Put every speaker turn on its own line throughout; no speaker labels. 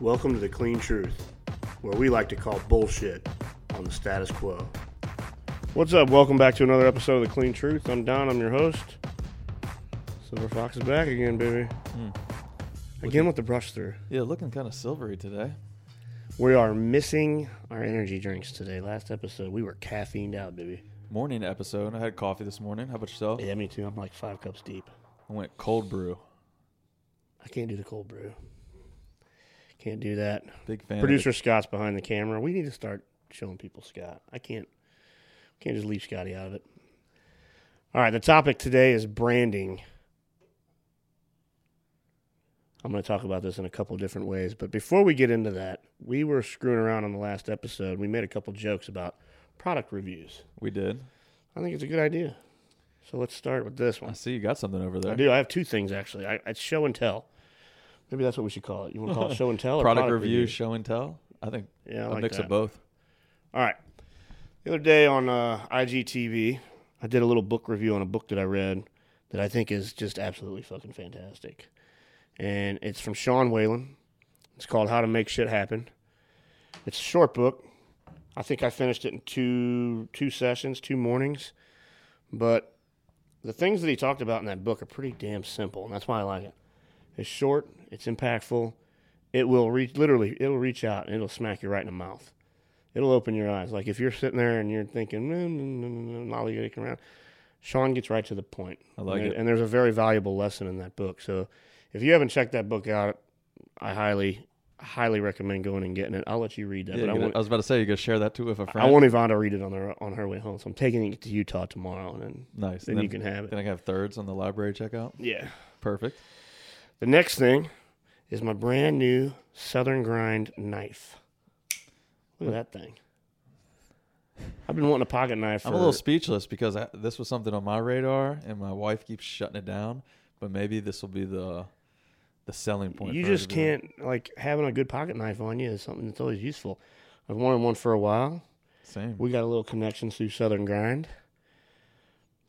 Welcome to the Clean Truth, where we like to call bullshit on the status quo. What's up? Welcome back to another episode of the Clean Truth. I'm Don. I'm your host. Silver Fox is back again, baby. Again with the brush through.
Yeah, looking kind of silvery today.
We are missing our energy drinks today. Last episode, we were caffeined out, baby.
Morning episode. I had coffee this morning. How about yourself?
Yeah, me too. I'm like five cups deep.
I went cold brew.
I can't do the cold brew. Can't do that.
Big fan. of it.
Producer Scott's behind the camera. We need to start showing people Scott. I can't can't just leave Scotty out of it. All right, the topic today is branding. I'm going to talk about this in a couple different ways, but before we get into that, we were screwing around on the last episode. We made a couple jokes about product reviews.
We did.
I think it's a good idea. So let's start with this
I
one.
see you got something over there.
I do. I have two things actually. I, it's show and tell. Maybe that's what we should call it. You want to call it show and tell or
Product, review, show and tell. I think
Yeah, I
a
like
mix
that.
of both.
All right. The other day on uh, IGTV, I did a little book review on a book that I read that I think is just absolutely fucking fantastic. And it's from Sean Whalen. It's called How to Make Shit Happen. It's a short book. I think I finished it in two two sessions, two mornings. But the things that he talked about in that book are pretty damn simple, and that's why I like it. It's short, it's impactful. It will reach literally, it'll reach out and it'll smack you right in the mouth it'll open your eyes. Like if you're sitting there and you're thinking, "Mm, mm, mm, mm, mm," lollygagging around, Sean gets right to the point.
I like
and,
it.
And there's a very valuable lesson in that book. So if you haven't checked that book out, I highly, highly recommend going and getting it. I'll let you read that.
Yeah,
but I
you
want,
I was about to say you could share that too with a friend.
I want Yvonne to read it on her on her way home. So I'm taking it to Utah tomorrow, and then,
nice.
then
And
you can have it.
Then I can have thirds on the library checkout.
Yeah.
Perfect.
The next thing is my brand new Southern Grind knife. Look at that thing. I've been wanting a pocket knife. For,
I'm a little speechless because I, this was something on my radar, and my wife keeps shutting it down. But maybe this will be the the selling point.
you
for her
just
to be like,
can't like having a good pocket knife on you is something that's always useful. I've wanted one for a while.
Same.
We got a little connections through Southern Grind.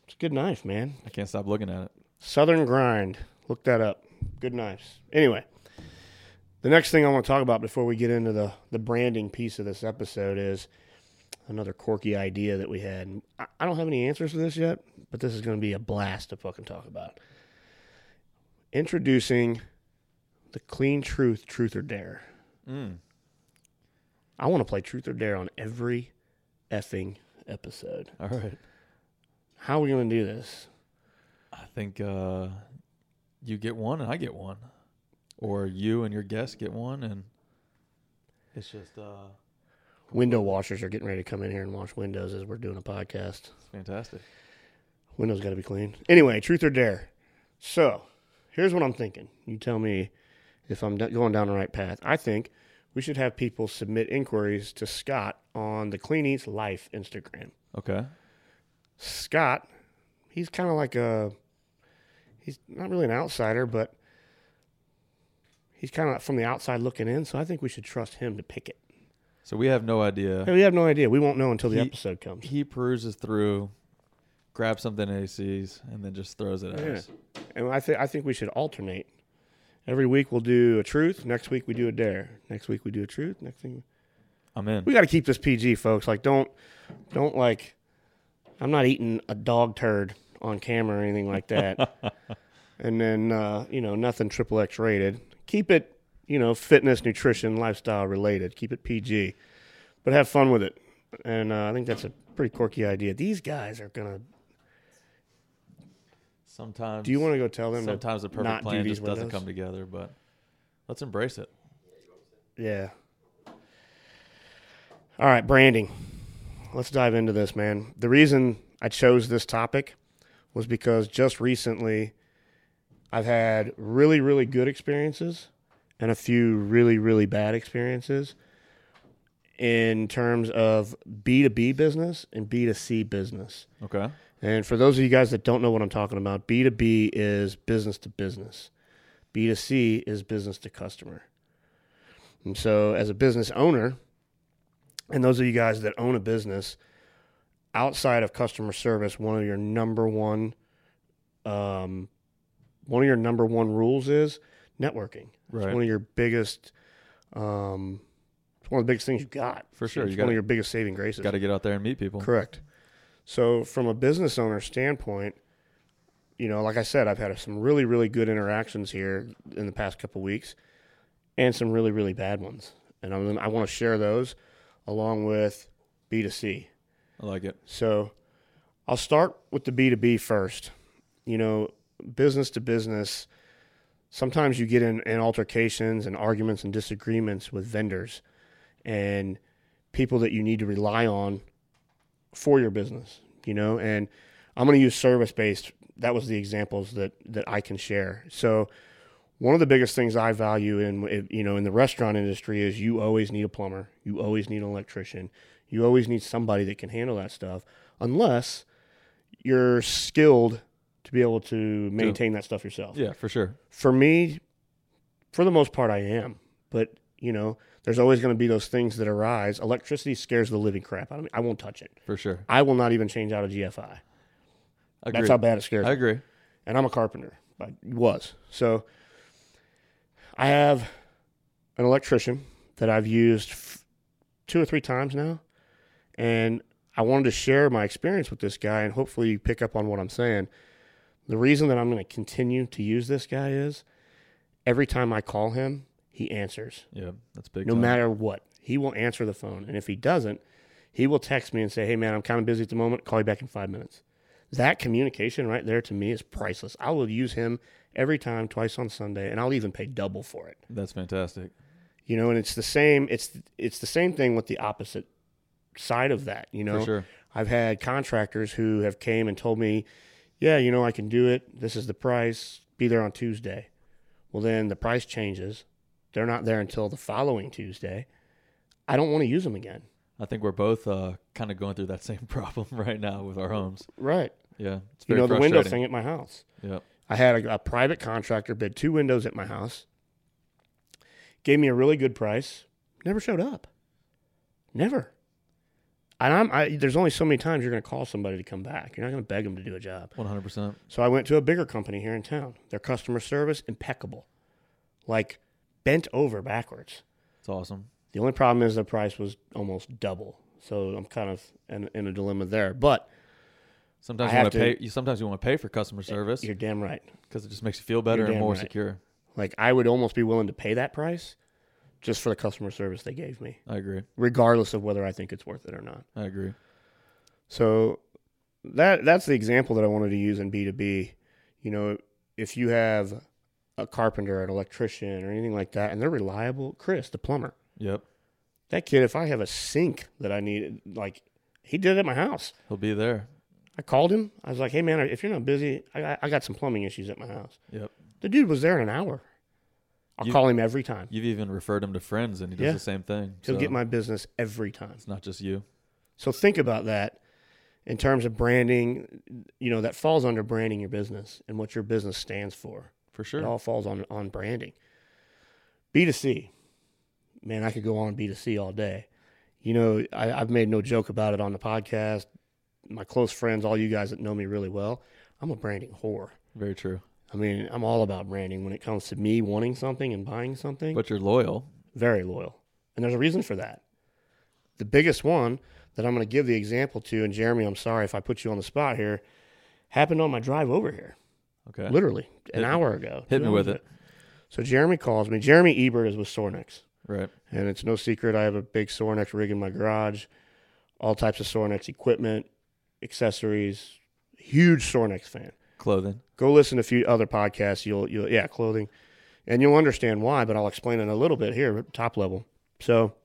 It's a good knife, man.
I can't stop looking at it.
Southern Grind. Look that up. Good knives. Anyway, the next thing I want to talk about before we get into the the branding piece of this episode is another quirky idea that we had. And I, I don't have any answers for this yet, but this is going to be a blast to fucking talk about. Introducing the clean truth, truth or dare.
Mm.
I want to play truth or dare on every effing episode.
All right.
How are we going to do this?
I think uh, you get one and I get one, or you and your guest get one, and it's just uh,
Window washers are getting ready to come in here and wash windows as we're doing a podcast.
it's fantastic.
Windows got to be clean. Anyway, truth or dare. So, here's what I'm thinking. You tell me if I'm do- going down the right path. I think we should have people submit inquiries to Scott on the Clean Eats Life Instagram.
Okay,
Scott, he's kind of like a he's not really an outsider, but he's kind of from the outside looking in, so I think we should trust him to pick it.
so we have no idea.
Hey, we have no idea. We won't know until the
He-
episode comes.
He peruses through, grabs something that he sees, and then just throws it at
Yeah.
us.
And I think I think we should alternate. Every week we'll do a truth, next week we do a dare. Next week we do a truth, next thing
I'm in.
we got to keep this PG, folks. Like, don't, don't like. I'm not eating a dog turd on camera or anything like that. and then uh, you know nothing triple X rated. Keep it you know fitness, nutrition, lifestyle related. Keep it PG, but have fun with it. And uh, I think that's a pretty quirky idea. These guys are gonna.
Sometimes
Do you want to go tell them? to
Sometimes the perfect
not do
plan
these
just doesn't
windows?
come together, but let's embrace it.
Yeah. All right, branding. Let's dive into this, man. The reason I chose this topic was because just recently I've had really, really good experiences and a few really, really bad experiences in terms of B2B business and B2C business.
Okay,
And for those of you guys that don't know what I'm talking about, B2B is business to business, B2C is business to customer. And so, as a business owner, and those of you guys that own a business, outside of customer service, one of your number one, um, one of your number one rules is networking. It's
right.
one of your biggest Um, it's one of the biggest things you got.
For sure,
It's
you
one
gotta-
of your biggest saving graces.
Got to get out there and meet people.
Correct. So, from a business owner standpoint, you know, like I said, I've had some really, really good interactions here in the past couple weeks, and some really, really bad ones, and I'm, I want to share those along with B2C.
I like it.
So, I'll start with the B2B first. You know, business to business, sometimes you get in, in altercations and arguments and disagreements with vendors and people that you need to rely on for your business, you know, and I'm going to use service based. That was the examples that, that I can share. So one of the biggest things I value in, you know, in the restaurant industry is you always need a plumber. You always need an electrician. You always need somebody that can handle that stuff unless you're skilled to be able to maintain that stuff yourself
Yeah, for sure.
for me, for the most part, I am. But you know, there's always going to be those things that arise. Electricity scares the living crap out of me. I won't touch it.
For sure.
I will not even change out a GFI.
Agreed.
That's how bad it scares
I
me.
agree.
And I'm a carpenter. I was so. I have an electrician that I've used f- two or three times now, and I wanted to share my experience with this guy, and hopefully you pick up on what I'm saying. The reason that I'm going to continue to use this guy is every time I call him, he answers,
Yeah, that's big.
no
time.
matter what. He will answer the phone, and if he doesn't, he will text me and say, "Hey man, I'm kind of busy at the moment. Call you back in five minutes." That communication right there to me is priceless. I will use him every time, twice on Sunday, and I'll even pay double for it
That's fantastic.
you know and it's the same it's it's the same thing with the opposite side of that you know
For sure.
i've had contractors who have came and told me yeah you know i can do it this is the price be there on tuesday well then the price changes they're not there until the following tuesday i don't want to use them again
I think we're both uh, kind of going through that same problem right now with our homes.
right
Yeah, it's
you
very
know the window
frustrating.
thing at my house
Yep.
I had a, a private contractor bid two windows at my house, gave me a really good price, never showed up. Never. And I'm, I, there's only so many times you're going to call somebody to come back. You're not going to beg them to do a job.
One hundred percent.
So I went to a bigger company here in town. Their customer service, impeccable, like bent over backwards.
It's awesome.
The only problem is the price was almost double. So I'm kind of in, in a dilemma there. But
Sometimes
I
you
have
want to
to-
pay. You sometimes you want to pay for customer service
you're damn right.
because it just makes you feel better
You're
and
damn
more
right.
secure.
Like I would almost be willing to pay that price just for the customer service they gave me.
I agree.
regardless of whether I think it's worth it or not.
I agree.
So that that's the example that I wanted to use in B2B. You know, if you have a carpenter, an electrician, or anything like that, and they're reliable, Chris, the plumber,
Yep.
that kid, if I have a sink that I need, like he did it at my house.
He'll be there.
I called him. I was like, hey, man, if you're not busy, I got, I got some plumbing issues at my house.
Yep.
The dude was there in an hour. I'll
You-
call him every time.
You've even referred him to friends, and he does
Yeah.
the same thing.
He'll
So
get my business every time.
It's not just you.
So think about that in terms of branding. You know, that falls under branding your business and what your business stands for.
For sure.
It all falls on on branding. B2C. Man, I could go on B2C all day. You know, I, I've made no joke about it on the podcast. My close friends, all you guys that know me really well, I'm a branding whore.
Very true.
I mean, I'm all about branding when it comes to me wanting something and buying something
But you're loyal.
very loyal. And there's a reason for that. The biggest one that I'm going to give the example to, and Jeremy, I'm sorry if I put you on the spot here, happened on my drive over here,
Okay.
literally an
Hit-
hour ago.
hit
two
me with
hours
it.
ago. So Jeremy calls me. Jeremy Ebert is with Sornex.
Right.
And it's no secret I have a big Sornex rig in my garage, all types of Sornex equipment, accessories, huge Sornex fan
Clothing.
go listen to a few other podcasts. You'll, you'll, yeah, clothing, and you'll understand why. But I'll explain it a little bit here, top level. So,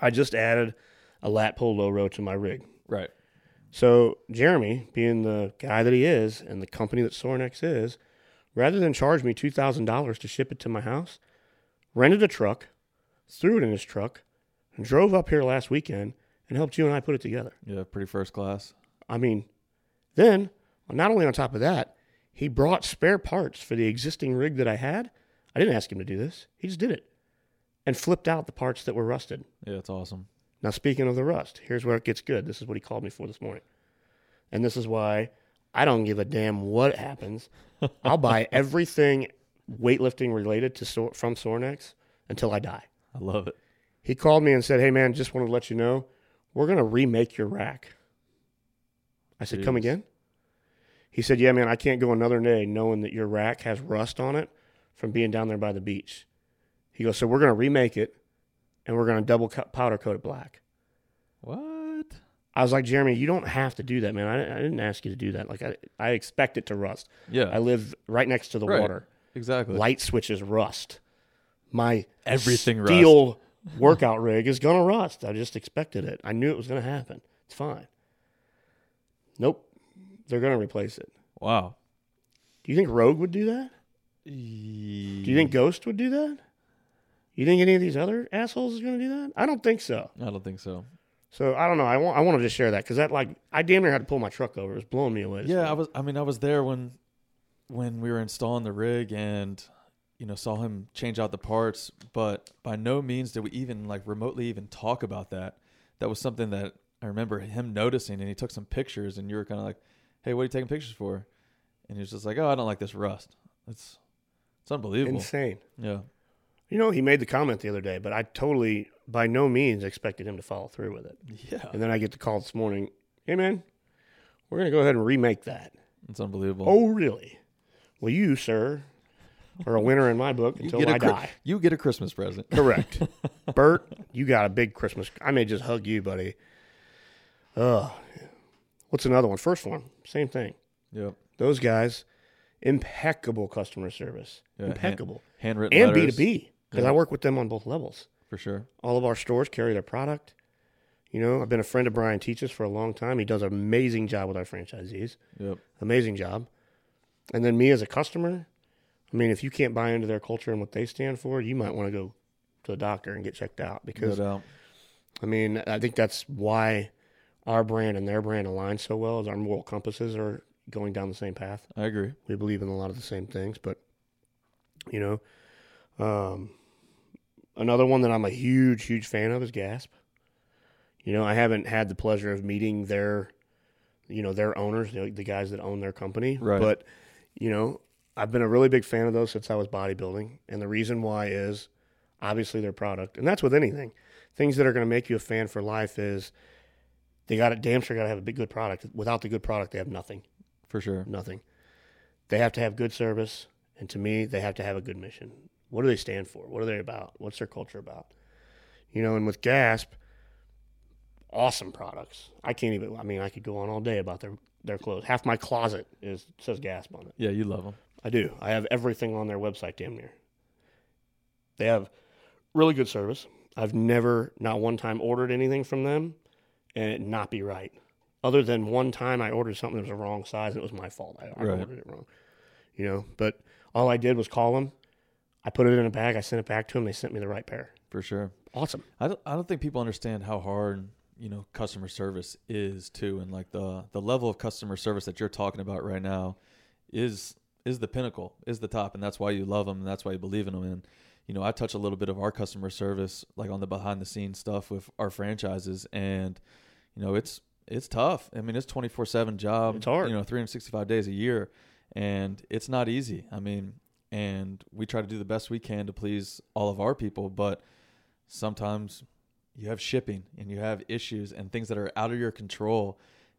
I just added a lat pull low row to my rig.
Right.
So Jeremy, being the guy that he is, and the company that Sornex is, rather than charge me two thousand dollars to ship it to my house, rented a truck, threw it in his truck, and drove up here last weekend and helped you and I put it together.
Yeah. Pretty first class.
I mean, then not only on top of that, he brought spare parts for the existing rig that I had. I didn't ask him to do this. He just did it and flipped out the parts that were rusted.
Yeah. It's awesome.
Now, speaking of the rust, here's where it gets good. This is what he called me for this morning. And this is why I don't give a damn what happens. I'll buy everything weightlifting related to Sor- from Sornex until I die.
I love it.
He called me and said, "Hey man, just wanted to let you know, we're gonna remake your rack." I said, "Come
Jeez.
again?" He said, "Yeah man, I can't go another day knowing that your rack has rust on it from being down there by the beach." He goes, "So we're gonna remake it, and we're gonna double cut powder coat it black."
What?
I was like, "Jeremy, you don't have to do that, man. I, I didn't ask you to do that. Like, I I expect it to rust.
Yeah,
I live right next to the
Right.
water."
exactly.
light switches rust. My
Everything
steel workout rig is gonna rust. I just expected it. I knew it was gonna happen. It's fine. Nope, they're gonna replace it.
Wow.
Do you think Rogue would do that?
Do
Do you
you
think Ghost would do that? You think any of these other assholes is gonna do that? I don't think so.
I don't think so.
So I don't know. I want I wanted to share that because that like I damn near had to pull my truck over. It was blowing me away. this
Yeah, I
morning.
was. I mean, I was there when when we were installing the rig, and you know, saw him change out the parts. But by no means did we even like remotely even talk about that. That was something that I remember him noticing, and he took some pictures. And you were kind of like, "Hey, what are you taking pictures for?" And he was just like, "Oh, I don't like this rust. It's it's unbelievable."
insane.
yeah,
You know, he made the comment the other day, but I totally by no means expected him to follow through with it.
yeah,
And then I get the call this morning. Hey, man, we're going to go ahead and remake that.
it's unbelievable.
Oh, really? Well, you, sir, are a winner in my book
you
until
get a
I
Chri-
die.
You get a Christmas present.
Correct. Bert, you got a big Christmas. I may just hug you, buddy. Ugh. What's another one? First one, same thing.
yep.
Those guys, impeccable customer service.
Yeah, hand-
impeccable.
Handwritten
And
letters,
B2B, because
Yeah.
I work with them on both levels.
for sure.
All of our stores carry their product. You know, I've been a friend of Brian Teaches for a long time. He does an amazing job with our franchisees.
Yep.
Amazing job. And then me as a customer, I mean, if you can't buy into their culture and what they stand for, you might want to go to a doctor and get checked out
No
because
doubt.
I mean, I think that's why our brand and their brand align so well is our moral compasses are going down the same path.
I agree.
We believe in a lot of the same things, but you know, um, another one that I'm a huge, huge fan of is Gasp. You know, I haven't had the pleasure of meeting their, you know, their owners, the, the guys that own their company.
Right.
But you know, I've been a really big fan of those since I was bodybuilding, and the reason why is obviously their product, and that's with anything. Things that are going to make you a fan for life is they got to damn sure got to have a big good product. Without the good product, they have nothing
For sure.
nothing. They have to have good service, and to me, they have to have a good mission. What do they stand for? What are they about? What's their culture about? You know, and with Gasp, awesome products. I can't even. I mean, I could go on all day about their their clothes. Half my closet is says Gasp on it.
Yeah, you love them.
I do. I have everything on their website, damn near. They have really good service. I've never, not one time, ordered anything from them and it not be right. Other than one time I ordered something that was the wrong size and it was my fault. I, I
Right.
ordered it wrong. You know, but all I did was call them. I put it in a bag. I sent it back to them. They sent me the right pair.
For sure.
Awesome.
I don't, I don't think people understand how hard you know customer service is too, and like the the level of customer service that you're talking about right now is is the pinnacle, is the top, and that's why you love them, and that's why you believe in them. And you know, I touch a little bit of our customer service, like on the behind the scenes stuff with our franchises, and you know, it's it's tough. I mean, it's twenty four seven job.
It's hard.
You know, three hundred sixty five days a year, and it's not easy. I mean, and we try to do the best we can to please all of our people, but sometimes you have shipping and you have issues and things that are out of your control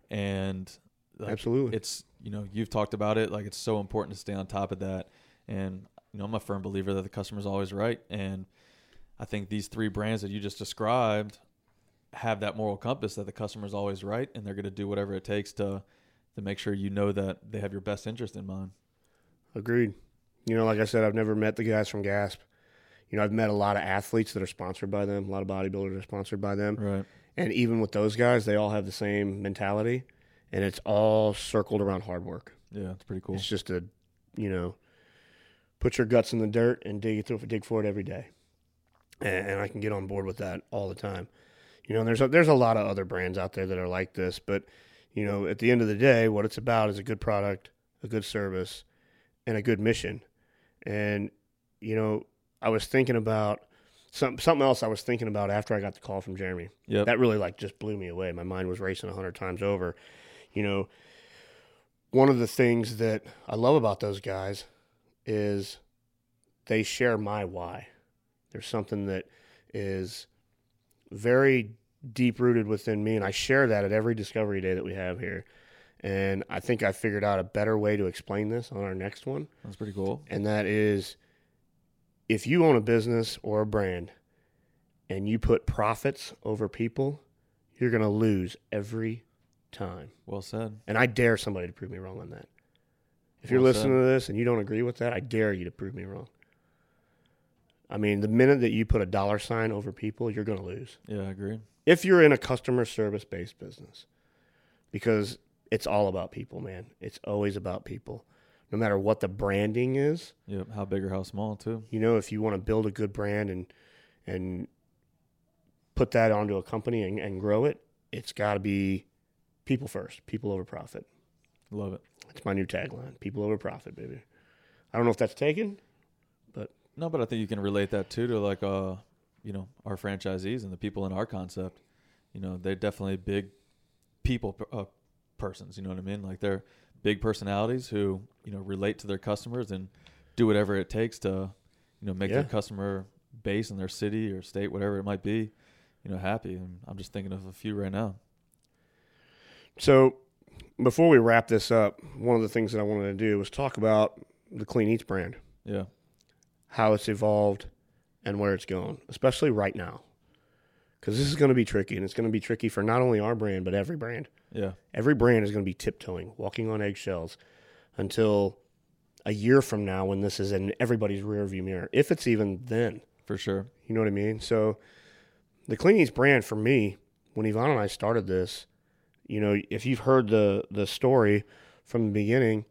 and like,
Absolutely.
it's you know you've talked about it like it's so important to stay on top of that and you know i'm a firm believer that the customer's always right and i think these three brands that you just described have that moral compass that the customer's always right and they're going to do whatever it takes to to make sure you know that they have your best interest in mind
Agreed. You know, like I said, I've never met the guys from Gasp. You know, I've met a lot of athletes that are sponsored by them, a lot of bodybuilders are sponsored by them.
right
And even with those guys, they all have the same mentality, and it's all circled around hard work.
yeah it's pretty cool
It's just a, you know, put your guts in the dirt and dig it dig for it every day. And, and I can get on board with that all the time. You know, and there's a, there's a lot of other brands out there that are like this, but you know, at the end of the day, what it's about is a good product, a good service, and a good mission. And you know, I was thinking about some, something else I was thinking about after I got the call from Jeremy
yep
that really like just blew me away. My mind was racing a hundred times over. You know, one of the things that I love about those guys is they share my why. There's something that is very deep rooted within me, and I share that at every Discovery Day that we have here. And I think I figured out a better way to explain this on our next one,
That's pretty cool.
and that is if you own a business or a brand and you put profits over people, you're going to lose every time.
Well said.
And I dare somebody to prove me wrong on that. If you're
Well
listening to this and you don't agree with that, I dare you to prove me wrong. I mean, the minute that you put a dollar sign over people, you're going to lose.
Yeah, I agree.
If you're in a customer service based business, because it's all about people, man. It's always about people. No matter what the branding is,
Yep. How big or how small too.
you know, if you want to build a good brand and and put that onto a company and, and grow it, it's got to be people first, people over profit.
Love it.
It's my new tagline: "People over profit, baby." I don't know if that's taken.
No, but I think you can relate that too to like uh, you know, our franchisees and the people in our concept. You know, they're definitely big people per- uh, persons. You know what I mean? Like they're big personalities who you know relate to their customers and do whatever it takes to you know make
Yeah.
their customer base in their city or state, whatever it might be, you know, happy. And I'm just thinking of a few right now.
So, before we wrap this up, one of the things that I wanted to do was talk about the Clean Eats brand,
Yeah,
how it's evolved, and where it's going, especially right now, because this is going to be tricky, and it's going to be tricky for not only our brand but every brand.
yeah,
Every brand is going to be tiptoeing, walking on eggshells, until a year from now when this is in everybody's rearview mirror, if it's even then.
for sure.
You know what I mean? So the Clean Eats brand for me, when Yvonne and I started this, you know, if you've heard the the story from the beginning,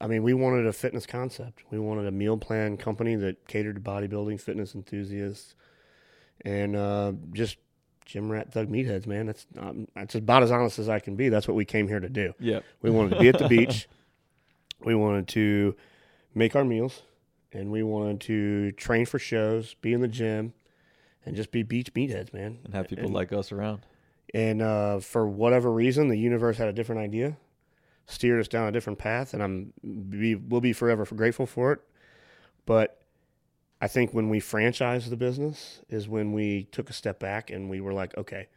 I mean, we wanted a fitness concept. We wanted a meal plan company that catered to bodybuilding, fitness enthusiasts, and uh, just gym rat thug meatheads. Man, that's um, that's about as honest as I can be. That's what we came here to do.
Yeah,
We wanted to be at the beach. We wanted to make our meals and we wanted to train for shows, be in the gym, and just be beach meatheads, man.
and have people like us around.
And uh, for whatever reason, the universe had a different idea, steered us down a different path, and I'm be, we'll be forever grateful for it. But I think when we franchised the business is when we took a step back and we were like, okay,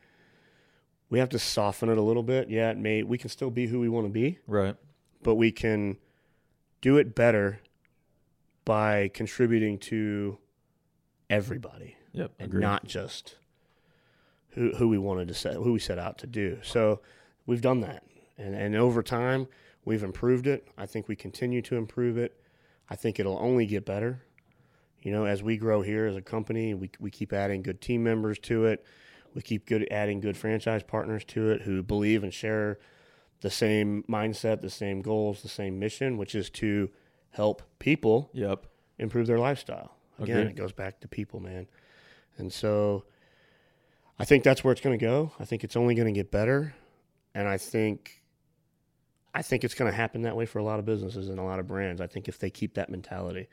we have to soften it a little bit. Yeah, it may we can still be who we want to be,
Right.
but we can do it better by contributing to everybody
Yep.
and
Agreed.
not just who who we wanted to set who we set out to do. So we've done that, and and over time we've improved it. I think we continue to improve it. I think it'll only get better. You know, as we grow here as a company, we we keep adding good team members to it. We keep good adding good franchise partners to it who believe and share the same mindset, the same goals, the same mission, which is to help people
Yep.
improve their lifestyle. Again,
Agreed.
it goes back to people, man. And so I think that's where it's going to go. I think it's only going to get better, and I think I think it's going to happen that way for a lot of businesses and a lot of brands. I think if they keep that mentality,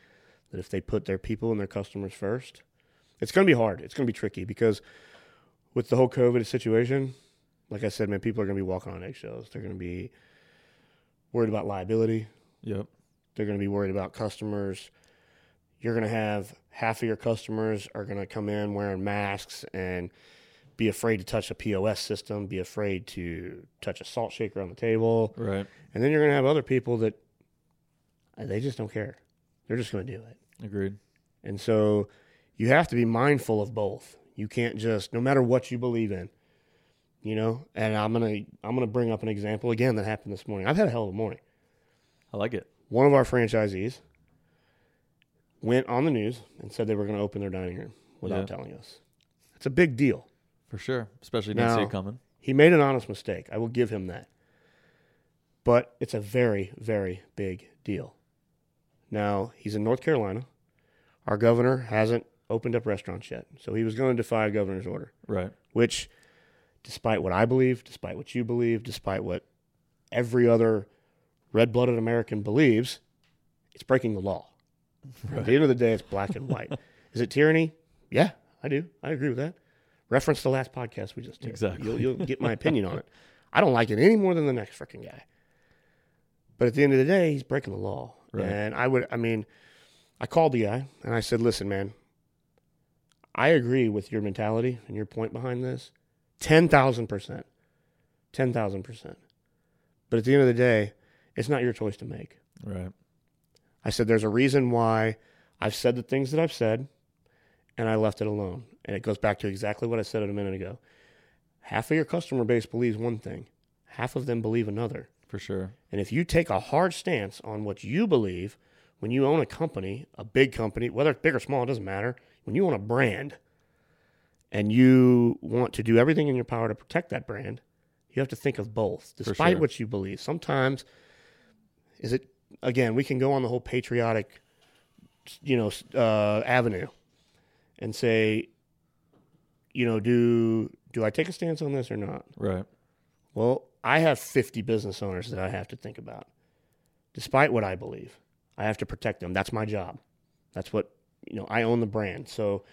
that if they put their people and their customers first, it's going to be hard. It's going to be tricky because with the whole COVID situation, like I said, man, people are going to be walking on eggshells. They're going to be worried about liability.
Yep.
They're going to be worried about customers. You're going to have half of your customers are going to come in wearing masks and be afraid to touch a POS system, be afraid to touch a salt shaker on the table.
Right.
And then you're going to have other people that uh, they just don't care. They're just going to do it.
Agreed.
And so you have to be mindful of both. You can't just no matter what you believe in. You know, and I'm going to I'm going to bring up an example again that happened this morning. I've had a hell of a morning
I like it.
one of our franchisees went on the news and said they were going to open their dining room without
Yeah.
telling us. It's a big deal.
For sure. Especially if you didn't see
Now-
it coming.
He made an honest mistake. I will give him that. But it's a very, very big deal. Now, he's in North Carolina. Our governor hasn't opened up restaurants yet. So he was going to defy a governor's order
Right.
which despite what I believe, despite what you believe, despite what every other red-blooded American believes, it's breaking the law. At the end of the day, it's black and white. Is it tyranny? Yeah, I do. I agree with that. Reference the last podcast we just did.
Exactly.
You'll, you'll get my opinion on it. I don't like it any more than the next freaking guy. But at the end of the day, he's breaking the law.
Right.
And I would, I mean, I called the guy and I said, listen, man, I agree with your mentality and your point behind this 10,000%. 10,000%. But at the end of the day, it's not your choice to make.
Right.
I said, there's a reason why I've said the things that I've said and I left it alone. And it goes back to exactly what I said a minute ago. Half of your customer base believes one thing, half of them believe another.
For sure.
And if you take a hard stance on what you believe when you own a company, a big company, whether it's big or small, it doesn't matter, when you own a brand and you want to do everything in your power to protect that brand, you have to think of both, despite
sure.
what you believe. Sometimes, is it, again, we can go on the whole patriotic, you know, s- uh, avenue and say, you know, do do I take a stance on this or not?
Right.
Well, I have 50 business owners that I have to think about. Despite what I believe, I have to protect them. That's my job. That's what, you know, I own the brand. So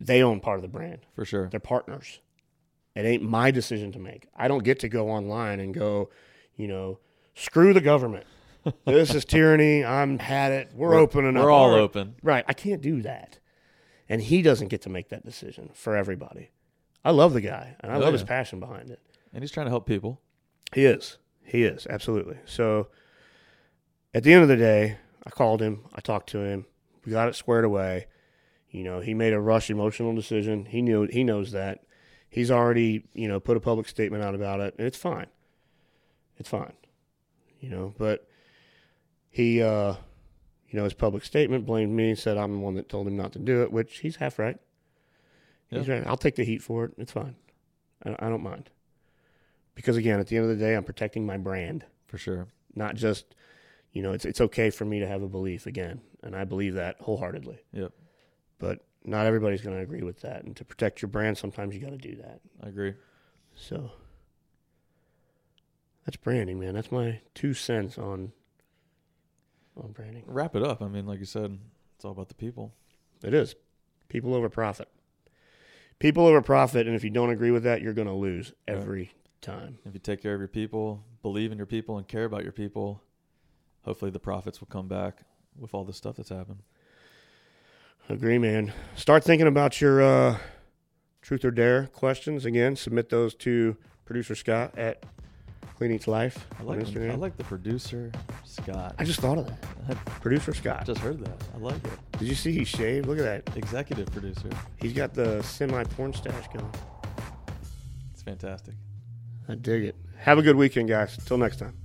they own part of the brand.
For sure.
They're partners. It ain't my decision to make. I don't get to go online and go, you know, screw the government. this is tyranny. I'm had it. We're, opening up.
We're all
Our-
open.
Right. I can't do that. And he doesn't get to make that decision for everybody. I love the guy and I
Oh,
love his
yeah.
passion behind it.
And he's trying to help people.
He is. He is absolutely. So, at the end of the day, I called him. I talked to him. We got it squared away. You know, he made a rush emotional decision. He knew. He knows that. He's already, you know, put a public statement out about it, and it's fine. It's fine. You know, but he, uh, you know, his public statement blamed me. Said I'm the one that told him not to do it, which he's half right. He's right. I'll take the heat for it. It's fine. I, I don't mind. Because again, at the end of the day, I'm protecting my brand,
For sure.
not just, you know, it's it's okay for me to have a belief again, and I believe that wholeheartedly.
Yep.
But not everybody's going to agree with that, and to protect your brand, sometimes you got to do that.
I agree.
So that's branding, man. That's my two cents on on branding.
Wrap it up. I mean, like you said, it's all about the people.
It is people over profit. People over profit, and if you don't agree with that, you're going to lose
Right.
every time.
If you take care of your people, believe in your people, and care about your people, hopefully the profits will come back with all the stuff that's happened.
Agree, man. Start thinking about your uh, truth or dare questions. Again, submit those to producer Scott at Clean Eats Life
I
on
like
Instagram.
I like the producer Scott.
I just thought of that.
I
Producer Scott.
just heard that. I like it.
Did you see he shaved? Look at that.
Executive producer.
He's got the semi porn stash going.
It's fantastic.
I dig it. Have a good weekend, guys. Till next time.